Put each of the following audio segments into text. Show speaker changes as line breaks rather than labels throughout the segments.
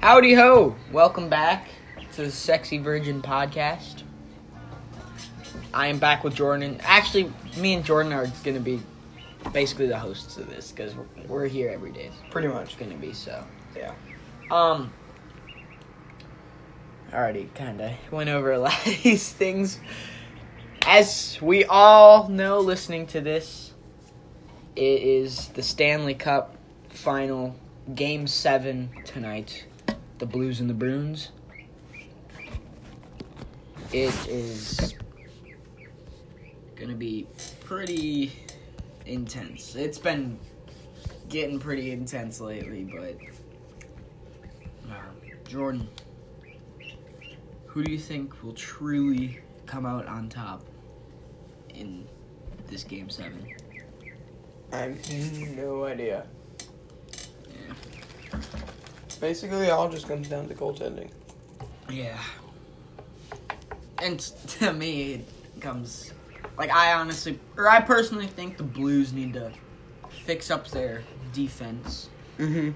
Howdy ho! Welcome back to the Sexy Virgin Podcast. I am back with Jordan. Actually, me and Jordan are going to be basically the hosts of this because we're, we're here every day. It's
Pretty much.
going to be so.
Yeah.
Um. Already kind of went over a lot of these things. As we all know, listening to this, it is the Stanley Cup final, game seven tonight. The Blues and the Bruins. It is gonna be pretty intense. It's been getting pretty intense lately, but um, Jordan, who do you think will truly come out on top in this game seven?
I have no idea. Basically, it all just comes down to goaltending.
Yeah. And to me, it comes like I honestly, or I personally think the Blues need to fix up their defense.
Mm-hmm.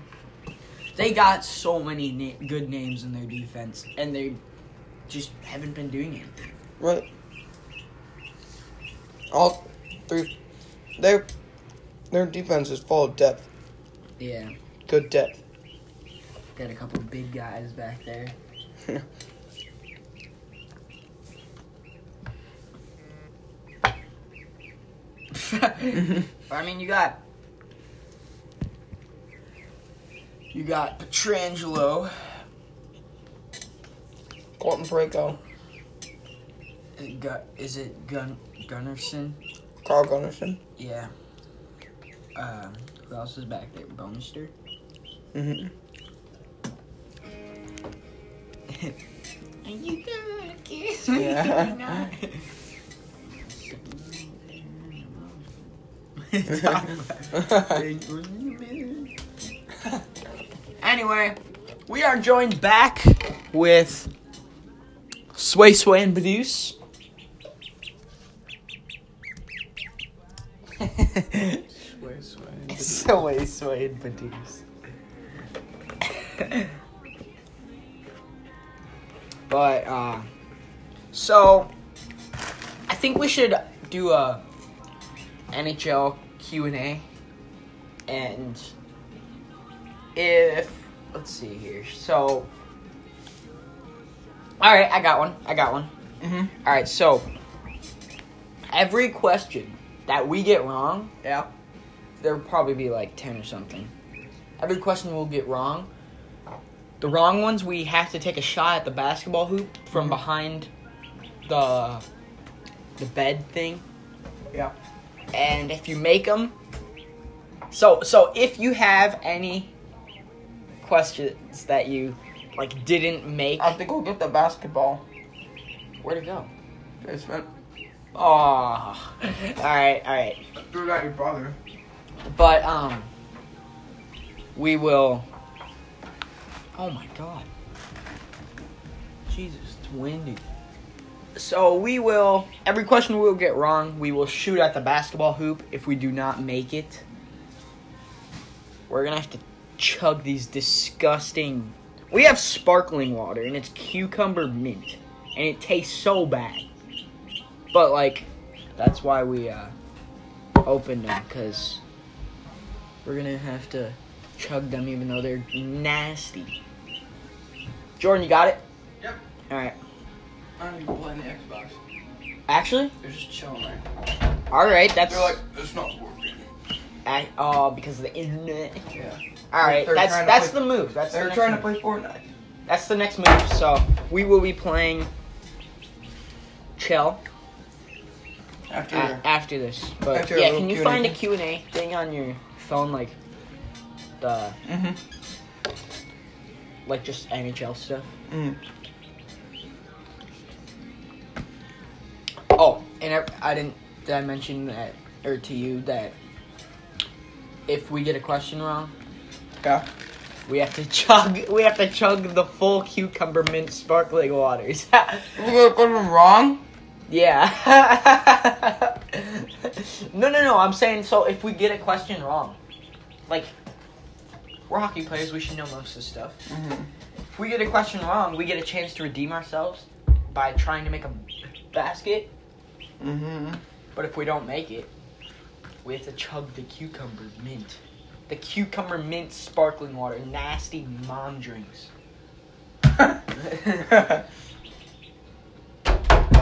They got so many na- good names in their defense, and they just haven't been doing anything.
Right. All three. Their their defense is full of depth.
Yeah,
Good depth.
got a couple big guys back there. I mean, you got you got Petrangelo,
Colton Pareko,
and Gu- is it Gun Gunnarsson?
Carl Gunnarsson.
Yeah. Um, who else is back there? Bonister.
Mm-hmm.
Are you gonna kiss
me? Yeah. Not.
anyway, we are joined back with Sway Sway and Baduse. Sway Sway and Baduse. but uh so I think we should do a NHL Q&A and if let's see here. So All right, I got one. I got one.
Mm-hmm.
All right, so every question that we get wrong,
Yeah.
there'll probably be like 10 or something. Every question we'll get wrong. The wrong ones, we have to take a shot at the basketball hoop from behind the the bed thing.
Yeah.
And if you make them, so so if you have any questions that you like didn't make,
I think we'll get the basketball.
where to go?
Basement.
Oh, all right, all right.
Do that, your brother.
But um, we will. Oh my God. Jesus, it's windy. So we will. Every question we will get wrong, we will shoot at the basketball hoop. If we do not make it, we're gonna have to chug these disgusting. We have sparkling water, and it's cucumber mint, and it tastes so bad. But like, that's why we uh, opened them because we're gonna have to chug them even though they're nasty. Jordan, you got it?
Yep.
Alright.
I'm even playing the Xbox.
Actually?
They're just chilling right
Alright, that's
it's not working.
I, oh because of the internet.
Yeah.
Alright,
They're
that's
trying to
that's
play-
the move. That's the
They're
next
trying to
move.
play Fortnite.
That's the next move. So we will be playing chill a-
After.
after this. But
After a
yeah,
little
can you
Q&A
find a
thing.
Q and A thing on your phone like the
Mm-hmm.
like just NHL stuff?
Mm.
Oh, and I, I didn't. Did I mention that or to you that if we get a question wrong,
Yeah.
we have to chug. We have to chug the full cucumber mint sparkling waters.
You got them wrong?
yeah. no, no, no. I'm saying so. If we get a question wrong, like We're hockey players. We should know most of this stuff.
Mhm.
If we get a question wrong, we get a chance to redeem ourselves by trying to make a basket.
Mhm.
But if we don't make it, we have to chug the cucumber mint. The cucumber mint sparkling water. Nasty mom drinks.
Mm-hmm.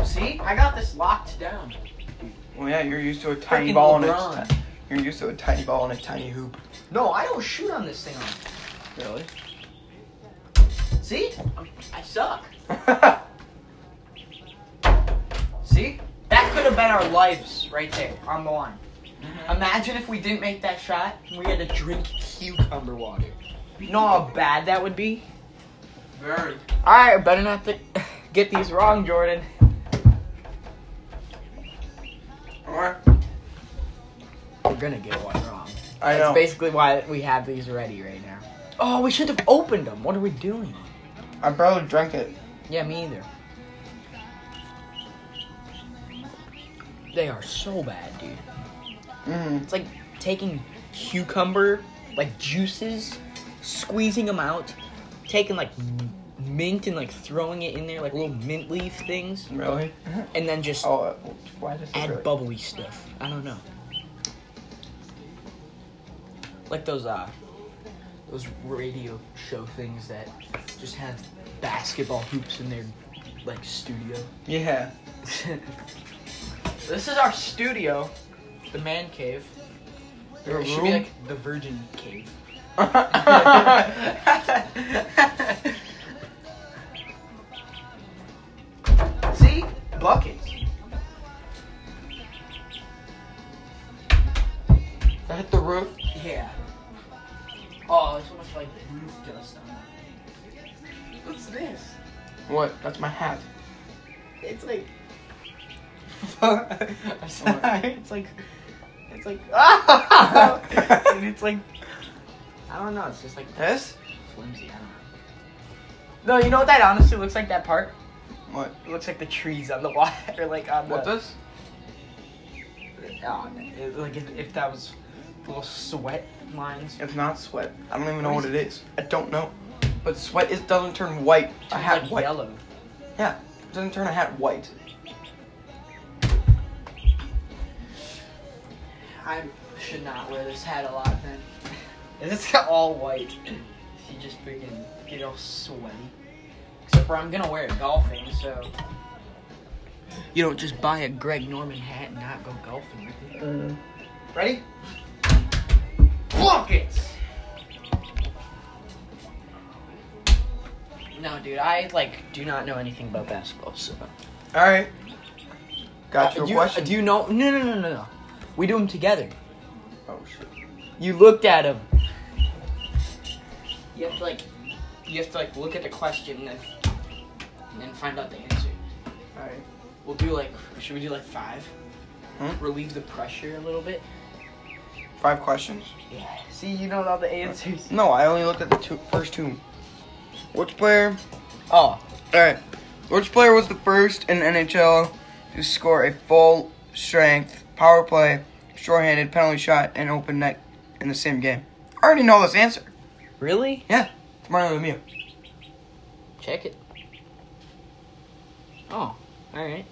See? I got this locked down.
well, yeah, you're used to a tiny
Freaking
ball and
LeBron.
a ti- you're used to a tiny ball and a tiny hoop.
No, I don't shoot on this thing. On.
Really?
See? I'm, I suck. See? That could have been our lives right there on the line. Imagine if we didn't make that shot and we had to drink cucumber water. You know how bad that would be?
Very.
Alright, better not to get these wrong, Jordan.
All right.
We're gonna get one wrong.
I
That's
know.
basically why we have these ready right now. Oh, we should have opened them. What are we doing?
I probably drank it.
Yeah, me either. They are so bad, dude.
Mm.
It's like taking cucumber, like juices, squeezing them out, taking like m- mint and like throwing it in there, like little mint leaf things,
Really?
and then just
Oh, uh, why does it
add
really?
bubbly stuff. I don't know. Like those uh those radio show things that just have basketball hoops in their like studio.
yeah.
this is our studio, the man cave.
Your
it should be
room?
like the virgin cave. See? Buckets.
I hit the roof.
Yeah. Oh, there's so much like roof dust on it. What's this?
What? That's my hat.
It's like. I'm sorry. It's like. It's like. and it's like. I don't know. It's just like
This?
flimsy. I don't know. No, you know what that honestly looks like. That part.
What?
It looks like the trees on the water, like on
What
the.
this?
Oh, it- like if, if that was little sweat lines.
It's not sweat. I don't even know
What
what it is. I don't know. But sweat is doesn't turn white. A
It's
hat
like
white.
yellow.
Yeah. It doesn't turn a hat white.
I should not wear this hat a lot then. It's all white. You just freaking get all sweaty. Except for I'm gonna wear it golfing, so. You don't just buy a Greg Norman hat and not go golfing with it. Ready? Buckets! No, dude, I like do not know anything about basketball, so.
All right. Got
Uh,
your
you-
question.
Do you know? No, no, no, no, no. We do them together.
oh shit.
You looked at him. You have to like, you have to like look at the question and then, and then find out the answer.
All right.
We'll do like, should we do like five?
Hmm?
Relieve the pressure a little bit.
Five questions.
Yeah. See, you know all the answers.
No, I only looked at the two, first two. Which player?
Oh,
All right. Which player was the first in NHL to score a full strength power play, shorthanded penalty shot, and open net in the same game? I already know this answer.
really?
It's Mario Lemieux.
Check it. Oh, all right.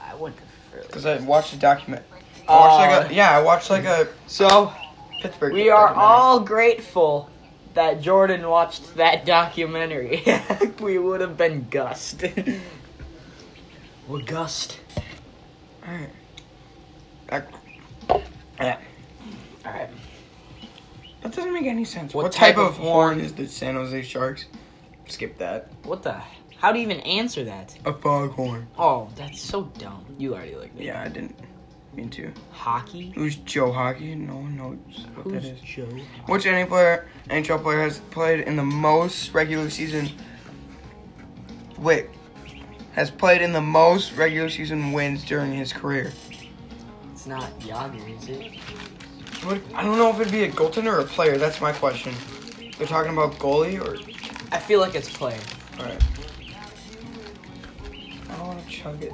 I wouldn't have really.
Cause I watched a document. I watched
Uh,
like a, yeah, I watched like a
so
Pittsburgh.
we are
documentary.
all grateful that Jordan watched that documentary. we would have been gust. We're gust.
Alright. Uh,
All right.
That doesn't make any sense.
What
What,
type
type,
of
of horn is the San Jose Sharks? Skip that.
What the? How do you even answer that?
A foghorn.
Oh, that's so dumb. You already like that.
Yeah, I didn't mean to.
Hockey.
Who's Joe Hockey? No one knows what
Who's
that is.
Joe?
Which any player, NHL player has played in the most regular season? Wait, has played in the most regular season wins during his career?
It's not Yager, is it?
What, I don't know if it'd be a goaltender or a player. That's my question. They're talking about goalie or.
I feel like it's player.
Alright. I don't want to chug it.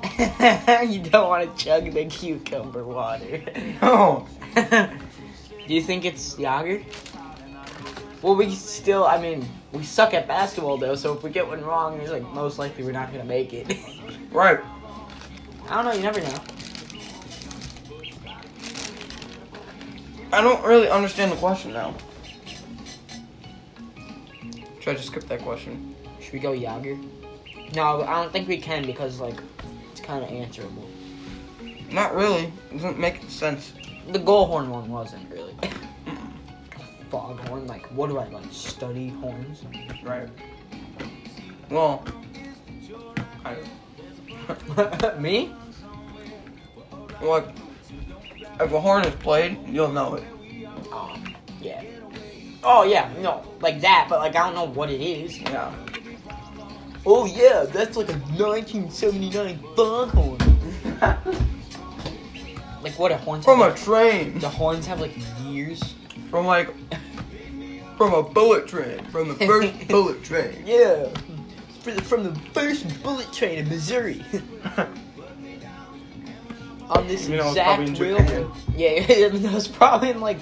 you don't want to chug the cucumber water.
No!
do you think it's Yager? Well, we still, I mean, we suck at basketball though. So if we get one wrong, it's like most likely we're not gonna make it.
Right.
I don't know. You never know.
I don't really understand the question now. Should I just skip that question?
Should we go Yager? No, I don't think we can because like it's kind of answerable.
Not really. It doesn't make sense.
The goal horn one wasn't really. Fog horn, like what do I like study horns?
Right. Well, I
Me?
look. If a horn is played, you'll know it.
Um, yeah. Oh yeah, no, like that, but like I don't know what it is.
Yeah.
Oh yeah, that's like a 1979 foghorn. Like what a horns?
from a
have,
train.
the horns have like years.
From like. From a bullet train. From the first bullet train.
Yeah, from the, from the first bullet train in Missouri. On this
You know, it's
exact
probably in
railroad.
Japan.
Yeah, that was probably in like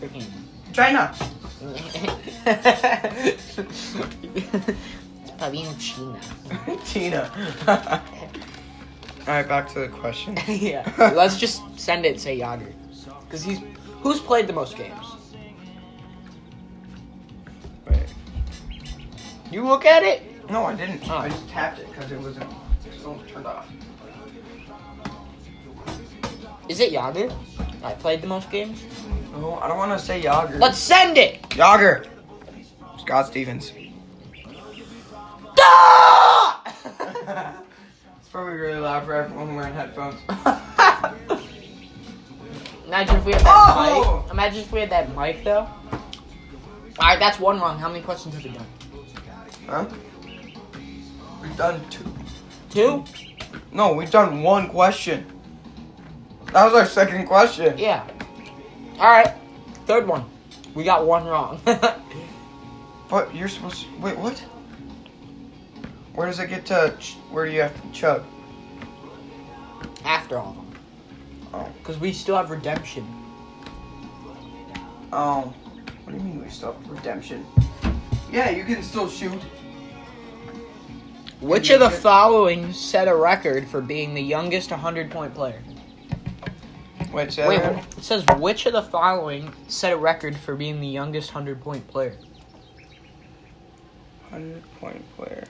freaking.
China.
it's probably in China.
Tina. Alright, back to the question.
yeah, let's just send it. Say Yager, because he's who's played the most games.
Wait.
You look at it.
No, I didn't.
Oh.
I just tapped it because it wasn't it was turned off.
Is it Yager? I played the most games.
No, I don't want to say Yager.
Let's send it.
Yager. Scott Stevens.
Ah!
It's probably really loud for everyone wearing headphones.
Imagine if we had that
Oh!
mic. Imagine if we had that mic though. All right, that's one wrong. How many questions have we done?
Huh? We've done two.
Two?
No, we've done one question. That was our second question.
Yeah. All right. Third one. We got one wrong.
But you're supposed to. Wait, what? Where does it get to. Ch- where do you have to chug?
After all of them.
Oh.
Because we still have redemption.
Um. What do you mean we still have redemption? Yeah, you can still shoot.
Which of the following set a record for being the youngest 100 point player?
Wait, say
Wait,
that again?
it says which of the following set a record for being the youngest 100 point player?
100 point player.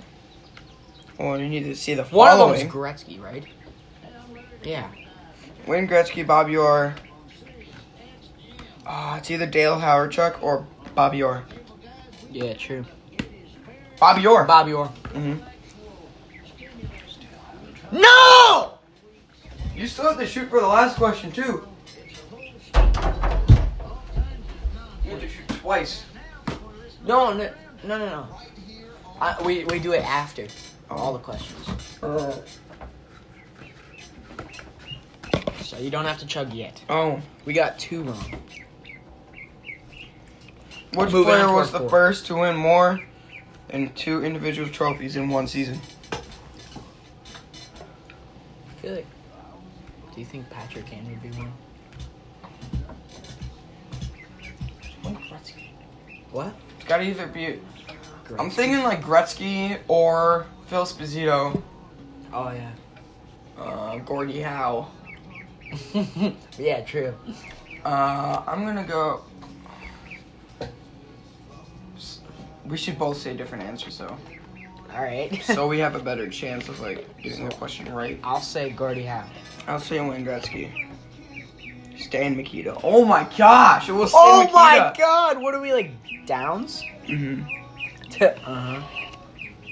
Well, you need to see the
One
following.
of them is Gretzky, right? Yeah.
Wayne Gretzky, Bob Orr. Ah, it's either Dale Howard Chuck or Bob Orr.
Yeah, true.
Bob Orr.
Bobby Orr.
hmm
No!
You still have to shoot for the last question too. You have to shoot twice.
No, no, no, no. no. I, we, we do it after all the
Oh.
questions. So you don't have to chug yet.
oh,
We got two wrong. Moving on
which
to
player
our
was the
fourth.
first to win more than two individual trophies in one season?
I feel like. Do you think Patrick Kane would be one? What?
It's gotta either be. I'm thinking like Gretzky or Phil Spezito,
Oh yeah.
uh, Gordie Howe.
yeah, true.
Uh, I'm gonna go. S- We should both say different answers though,
All right.
so we have a better chance of like getting the question right.
I'll say Gordie Howe.
I'll say Wayne Gretzky. Stan Mikita. Oh my gosh! It was Stan
Oh
Mikita.
my God! What are we like Downs? uh huh.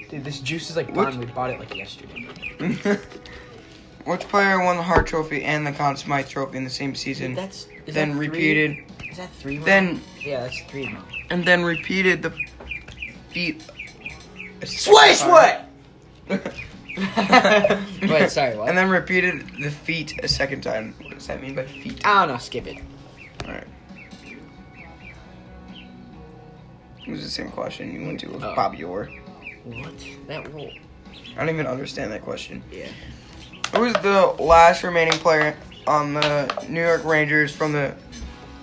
Dude, this juice is like
What?
gone. We bought it like yesterday.
Mhm. Which player won the Hart Trophy and the Conn Smythe Trophy in the same season?
That's is
then
that three?
repeated.
Is that three? Wrong?
Then
yeah, that's three. Wrong.
and then repeated the feat.
Swish what?
Wait,
Wait, sorry, what?
And then repeated the feat a second time. What does that mean by feat?
I don't know. Skip it.
Alright. It was the same question you went to with
Oh.
Bobby Orr.
What? That rule.
I don't even understand that question.
Yeah.
Who is the last remaining player on the New York Rangers from the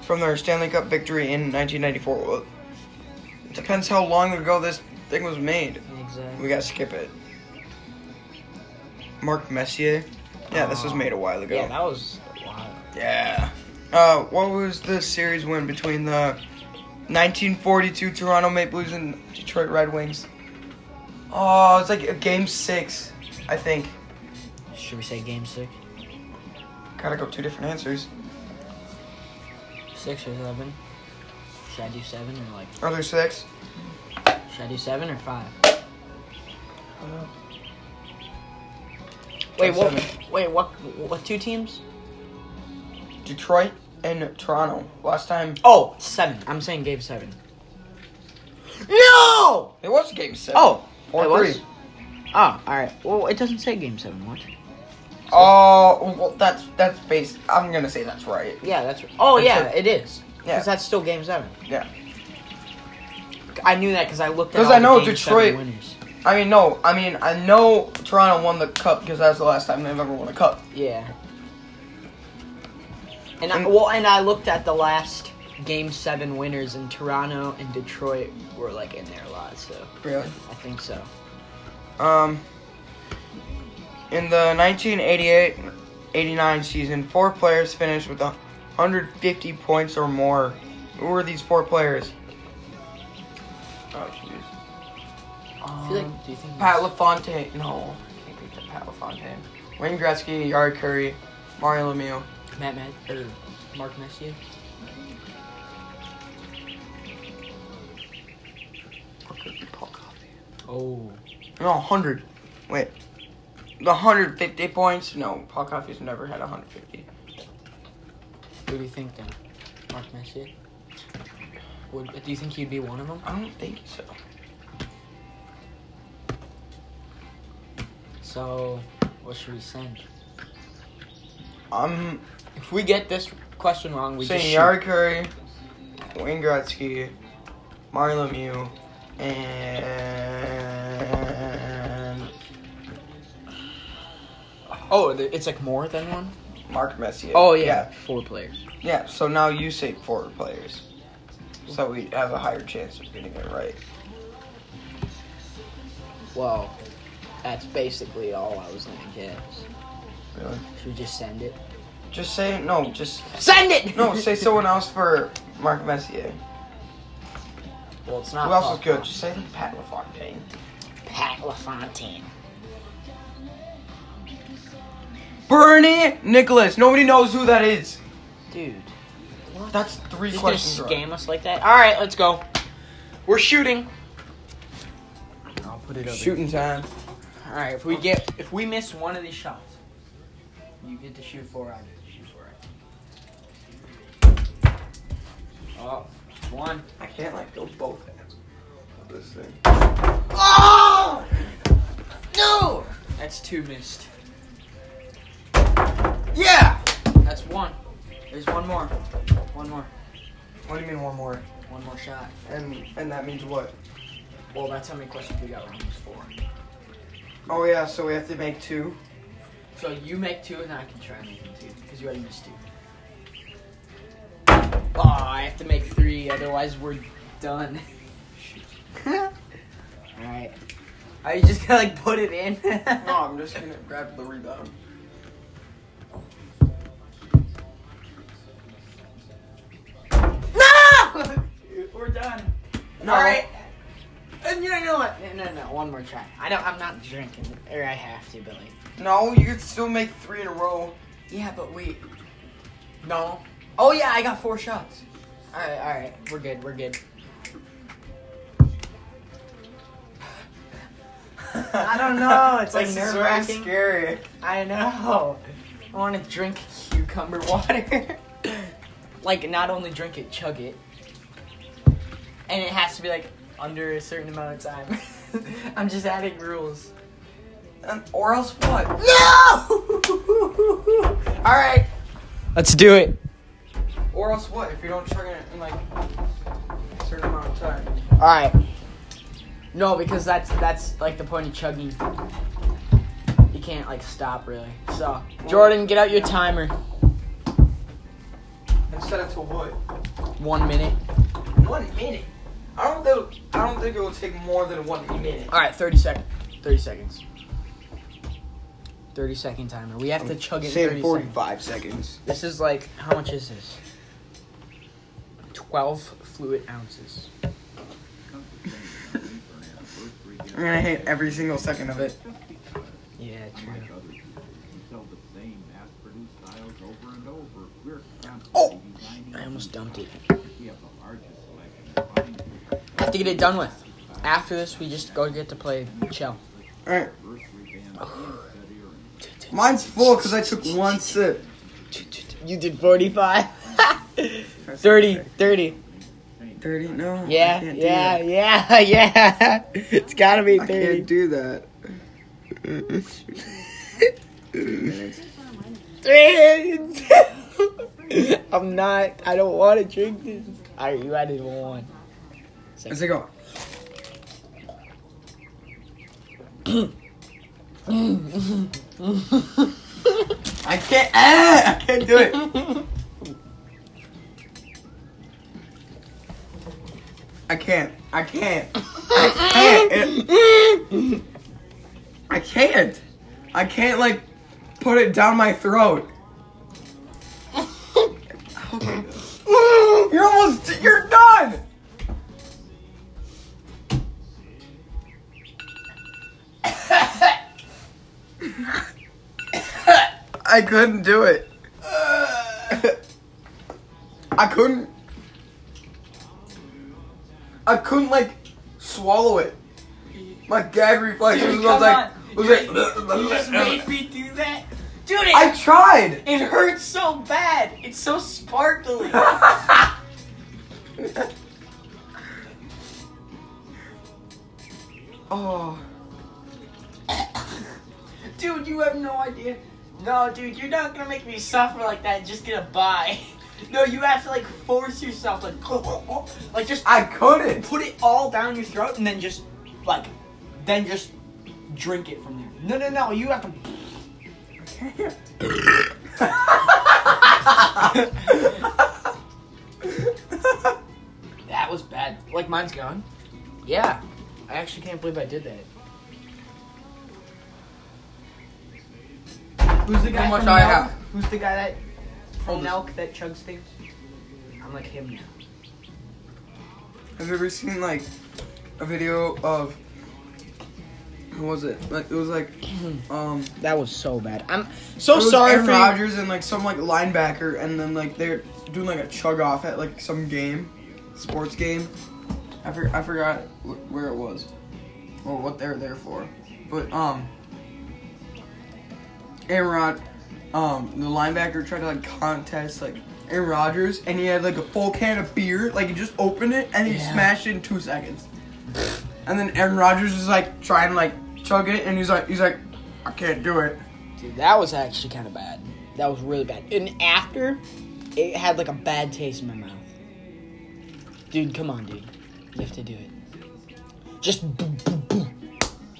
from their Stanley Cup victory in 1994. Well, it depends how long ago this thing was made. We
Exactly.
gotta skip it. Mark Messier. Yeah, this was
Oh.
made a while ago.
Yeah, that was a lot.
Yeah. Uh, what was the series win between the 1942 Toronto Maple Leafs and Detroit Red Wings? Oh, it's like a game six, I think.
Should we say game six?
Gotta go two different answers.
Six or seven? Should I do seven or like
Are there six?
should I do seven or five?
I don't know.
Wait, what
Seven.
wait, what what two teams?
Detroit and Toronto. Last time
Oh, seven. I'm saying game seven. No!
it was game six.
Oh,
Four
it was?
three.
Oh, alright. Well, it doesn't say game seven. What?
Oh, well, that's that's based. I'm gonna say that's right.
Yeah, that's. Oh,
It's
yeah,
a-
it is.
Yeah.
Because that's still game seven.
Yeah.
I knew that because I looked at
'Cause
all
I
the
know
game
Detroit-
seven winners.
I mean, no. I mean, I know Toronto won the cup because that's the last time they've ever won a cup.
Yeah. And I,
And-
well, and I looked at the last game seven winners, and Toronto and Detroit were like in there a lot. So
Really?
I think so.
Um, in the 1988-89 season, four players finished with 150 points or more. Who were these four players? Oh, jeez. Um,
I feel like. Do you think?
Pat LaFontaine. No, can't be Pat LaFontaine. Wayne Gretzky, Yard Curry, Mario Lemieux.
Matt, Matt or Mark Messier.
Or could it be Paul Coffey?
Oh.
No, 100. Wait. The 150 points? No, Paul Coffey's never had 150.
Who do you think then? Mark Messier. Would do you think he'd be one of them?
I don't think so.
So, what should we send?
I'm
If we get this question wrong, Um, we just
saying
shoot.
Yard Curry, Wayne Gretzky, Mario Lemieux, and
Oh, th- it's like more than one.
Mark Messier.
Oh yeah, four players.
Yeah, yeah, so now you say four players. So we have a higher chance of getting it right.
Well, that's basically all I was gonna guess.
Really?
Should we just send it?
Just say no, just
Send it.
no, say someone else for Mark Messier.
well, it's not.
Who else
Paul
is good?
Coffey.
Just say Pat LaFontaine.
Pat LaFontaine.
Bernie Nicholas. Nobody knows who that is.
Dude,
That's three
you
questions.
just
wrong.
gonna scam us like that? All right, let's go. We're shooting. I'll put it over.
Shooting time.
All right, if we get if we miss one of these shots, you get to shoot four. I get to shoot four. Oh, one.
I can't like go both ends. of This thing.
Oh! No! That's two missed.
Yeah.
That's one. There's one more. One more.
What do you mean one more?
One more shot.
And and that means what?
Well, that's how many questions we got wrong. There's four.
Oh yeah, so we have to make two.
So you make two, and I can try and make two because you already missed two. Oh, I have to make three, otherwise we're done. All right. Are you just gonna like put it in?
No, I'm just gonna grab the rebound.
no! We're done.
No.
All right. Uh, No, no, what? no, no, no. One more try. I don't. I'm not drinking, or I have to, Billy.
No, you could still make three in a row.
Yeah, but wait. No. Oh yeah, I got four shots. All right, all right. We're good. We're good. I don't know, it's, like,
This is
nerve-wracking.
really Scary.
I know. I want to drink cucumber water. like, not only drink it, chug it. And it has to be like under a certain amount of time. I'm just adding rules.
And, or else what?
No! all right. Let's do it.
Or else what? If you don't chug it in like a certain amount of time.
All right. No, because that's that's like the point of chugging. You can't like stop really. So, Jordan, get out your timer.
And set it to what?
One minute.
One minute. I don't think I don't think it will take more than one minute.
All right, 30 seconds. 30 seconds. 30 second timer. We have to chug it in 30
Say
seconds.
45 seconds.
This is like, how much is this? 12 fluid ounces.
I'm gonna hate every single second of it.
Yeah, true.
Oh!
I almost dumped it. I
I
have to get it done with. After this, we just go get to play Shell.
Alright. Mine's full because I took one sip.
You did 45. 30, 30.
30? No. I
Yeah,
can't do
yeah,
that.
yeah, yeah. It's gotta be
I
30.
can't do that.
30. I'm not, I don't want to drink this. Alright, you added one.
As I go. I can't. Ah, I can't do it. I can't. I can't. I can't. It- I can't. I can't like put it down my throat. You're almost. You're done. I couldn't do it. I couldn't. I couldn't like swallow it. My gag reflex was, was like, was like
me do that? Dude, it,
I tried.
it hurts so bad. It's so sparkly.
oh,
Dude, you have no idea. No, dude, you're not gonna make me suffer like that. Just gonna buy. No, you have to like force yourself, like, like just
I couldn't.
put it all down your throat and then just like, then just drink it from there. No, no, no, you have to. That was bad. Like mine's gone. Yeah, I actually can't believe I did that. Who's the guy
much
from
I
Nelk?
have?
Who's the guy that
Hold
from
this.
Nelk that chugs things? I'm like him now.
Have you ever seen like a video of who was it? Like it was like um
That was so bad. I'm so
it was
sorry
Aaron
for you.
Rodgers and like some like linebacker, and then like they're doing like a chug off at like some game, sports game. I, for- I forgot wh- where it was or what they were there for, but um, Aaron Rod, um, the linebacker tried to like contest like Aaron Rodgers, and he had like a full can of beer, like he just opened it and he
Yeah.
smashed it in two seconds, and then Aaron Rodgers was like trying to like chug it, and he's like he's like, I can't do it.
Dude, that was actually kind of bad. That was really bad. And after, it had like a bad taste in my mouth. Dude, come on, dude. You have to do it. Just boom, boom, boom.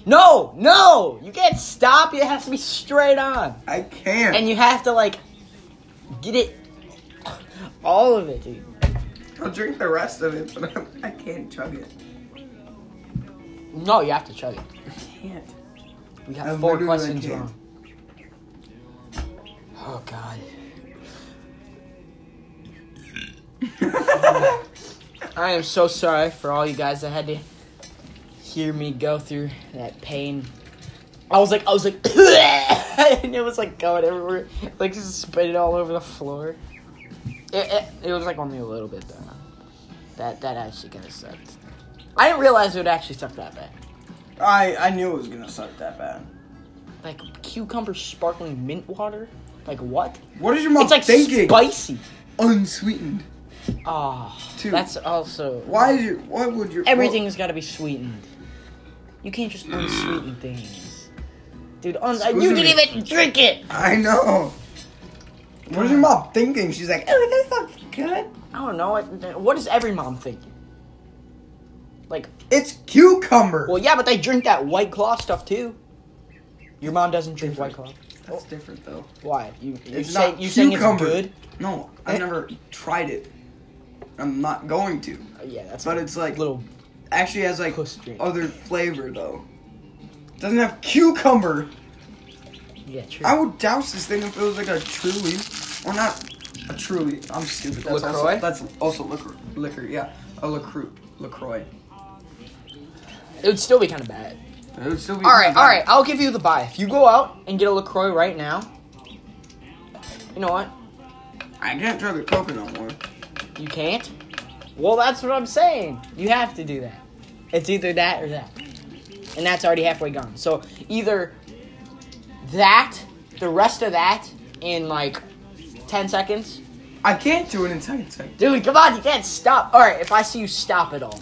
No, no! You can't stop. It has to be straight on.
I can't.
And you have to, like, get it. All of it, dude.
I'll drink the rest of it, but I'm, I can't chug it.
No, you have to chug it.
Can't.
We got
I
four
literally
questions
can't.
wrong. Oh, God. I am so sorry for all you guys that had to hear me go through that pain. I was like, I was like, and it was like going everywhere, like just spitting all over the floor. It, it, it was like only a little bit though. That that actually kind of sucked. I didn't realize it would actually suck that bad.
I I knew it was gonna suck that bad.
Like cucumber sparkling mint water. Like what?
What is your mom
it's like
thinking?
spicy.
Unsweetened.
Ah,
Two.
that's also
Why is your? Why would your?
Everything's got to be sweetened. You can't just unsweeten things, dude. Un-
Excuse
you didn't
me.
even drink it.
Well, I know. What is your mom thinking? She's like, oh, this looks good.
I don't know. What, what is every mom thinking? Like,
It's cucumber.
well, yeah, but they drink that white claw stuff too. Your mom doesn't drink white claw.
That's different though.
Why? You you
It's
say
not
you saying it's
cucumber.
good?
No, I've never tried it. I'm not going to.
Uh, Yeah, that's
But it's like
little
actually has like
puss drink.
other flavor though. Doesn't have cucumber.
yeah, true.
I would douse this thing if it was like a truly, or not a truly. I'm stupid. That's
LaCroix?
also that's also liquor, liquor. Yeah, a lacroix. Lacroix.
it would still be kind of bad.
It would still be.
All right, all right. I'll give you the buy. If you go out and get a Lacroix right now, you know what?
I can't try the coconut one.
You can't. Well, that's what I'm saying. You have to do that. It's either that or that, and that's already halfway gone. So either that, the rest of that in like ten seconds.
I can't do it in ten seconds.
Dude, come on, you can't stop. All right, if I see you stop at all,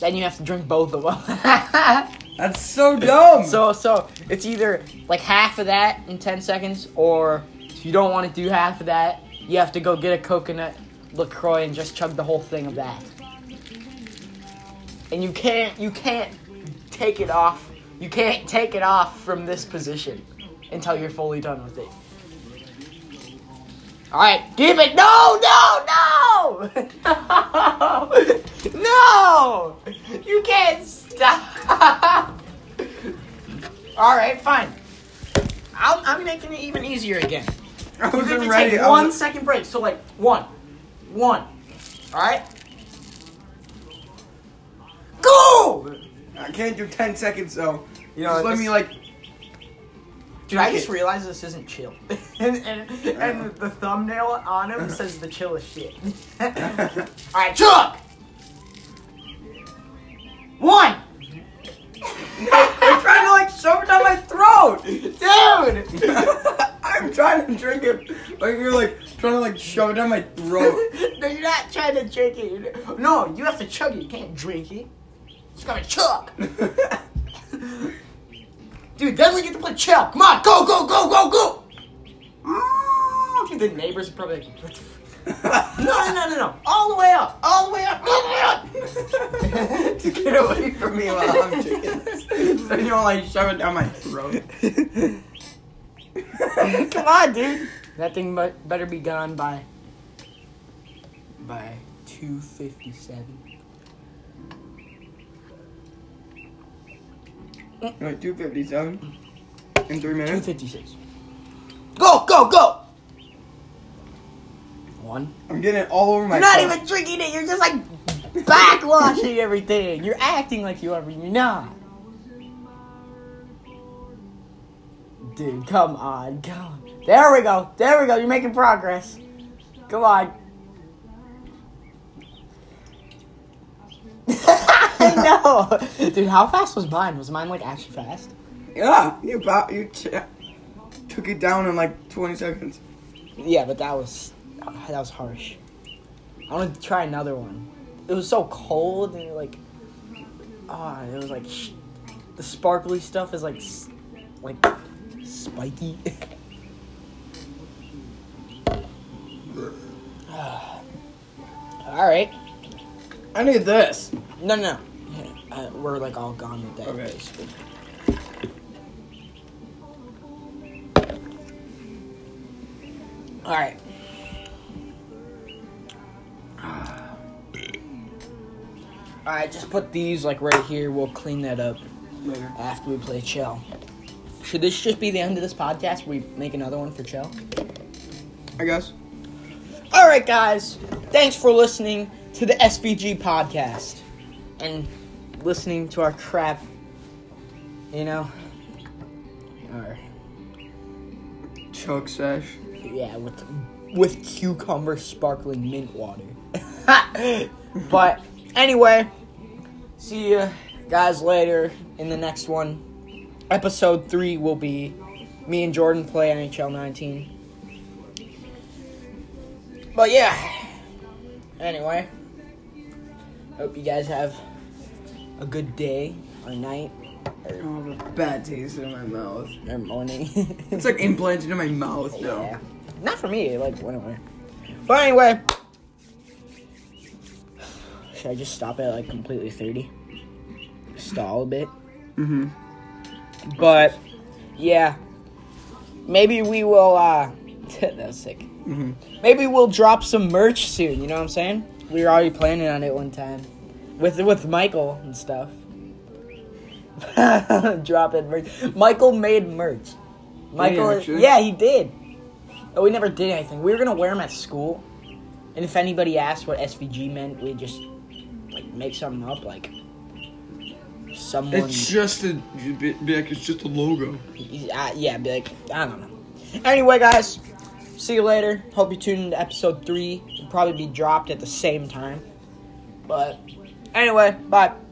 then you have to drink both of them.
That's so dumb.
So so it's either like half of that in ten seconds, or if you don't want to do half of that, you have to go get a coconut Lacroix and just chug the whole thing of that. And you can't you can't take it off. You can't take it off from this position until you're fully done with it. All right, give it. No, no, no, no. You can't stop. All right, fine. I'm, I'm making it even easier again.
I
We're
wasn't
going to
ready.
take
I
one
was-
second break. So like one, one. All right. Go.
I can't do ten seconds though.
You
Just let me like.
Dude, I
drink
just
it.
realized this isn't chill. and, and, and the thumbnail on him says the chillest shit. Alright, chug! One!
I'm trying to like shove it down my throat.
Dude!
I'm trying to drink it, like you're like trying to like shove it down my throat.
no, you're not trying to drink it. You're- No, you have to chug it. You can't drink it. It's gotta chug! Dude, then we get to play chill. Come on, go, go, go, go, go! Mm, the neighbors are probably like, what the f- No, no, no, no, no. All the way up, all the way up, all the way up!
to get away from me while I'm drinking this. So you don't like shove it down my throat.
Come on, dude. That thing mu- better be gone by by two fifty seven.
Wait, 257 in three
Two
minutes.
fifty six. Go, go, go. One.
I'm getting it all over my.
You're not
throat.
even drinking it. You're just like backwashing everything. You're acting like you are, but you're not. Dude, come on, come on. There we go. There we go. You're making progress. Come on. I know. Dude, how fast was mine? Was mine like actually fast?
Yeah, you about you ch- took it down in like 20 seconds.
Yeah, but that was that was harsh. I want to try another one. It was so cold and like, ah, it was like sh- the sparkly stuff is like s- like spiky. Ah. all right.
I need this.
No, no, no. Uh, we're like all gone with that.
Okay.
basically. All right. All right, just put these like right here. We'll clean that up
Later.
after we play Chell. Should this just be the end of this podcast? We make another one for Chell.
I guess.
All right, guys. Thanks for listening to the SVG podcast and listening to our crap. You know, or
Chug sesh.
yeah, with with cucumber sparkling mint water. but anyway, see you guys later in the next one. Episode three will be me and Jordan play NHL 19. But yeah. Anyway, hope you guys have a good day or night
I have a bad taste in my mouth.
or morning.
It's like implanted in my mouth now.
Yeah. Not for me, like went away. But anyway. Should I just stop at like completely 30?
Mm-hmm.
Stall a bit.
Mhm.
But yeah. Maybe we will. uh That was sick.
Mm-hmm.
Maybe we'll drop some merch soon. You know what I'm saying? We were already planning on it one time, with with Michael and stuff. drop it, merch. Michael made merch. Michael,
actually?
yeah, he did. Oh, we never did anything. We were gonna wear them at school, and if anybody asked what SVG meant, we just like make something up, like someone.
It's just a, be be like, it's just a logo.
Uh, yeah, be like, I don't know. Anyway, guys, see you later. Hope you tune into episode three. It'll probably be dropped at the same time. But anyway, bye.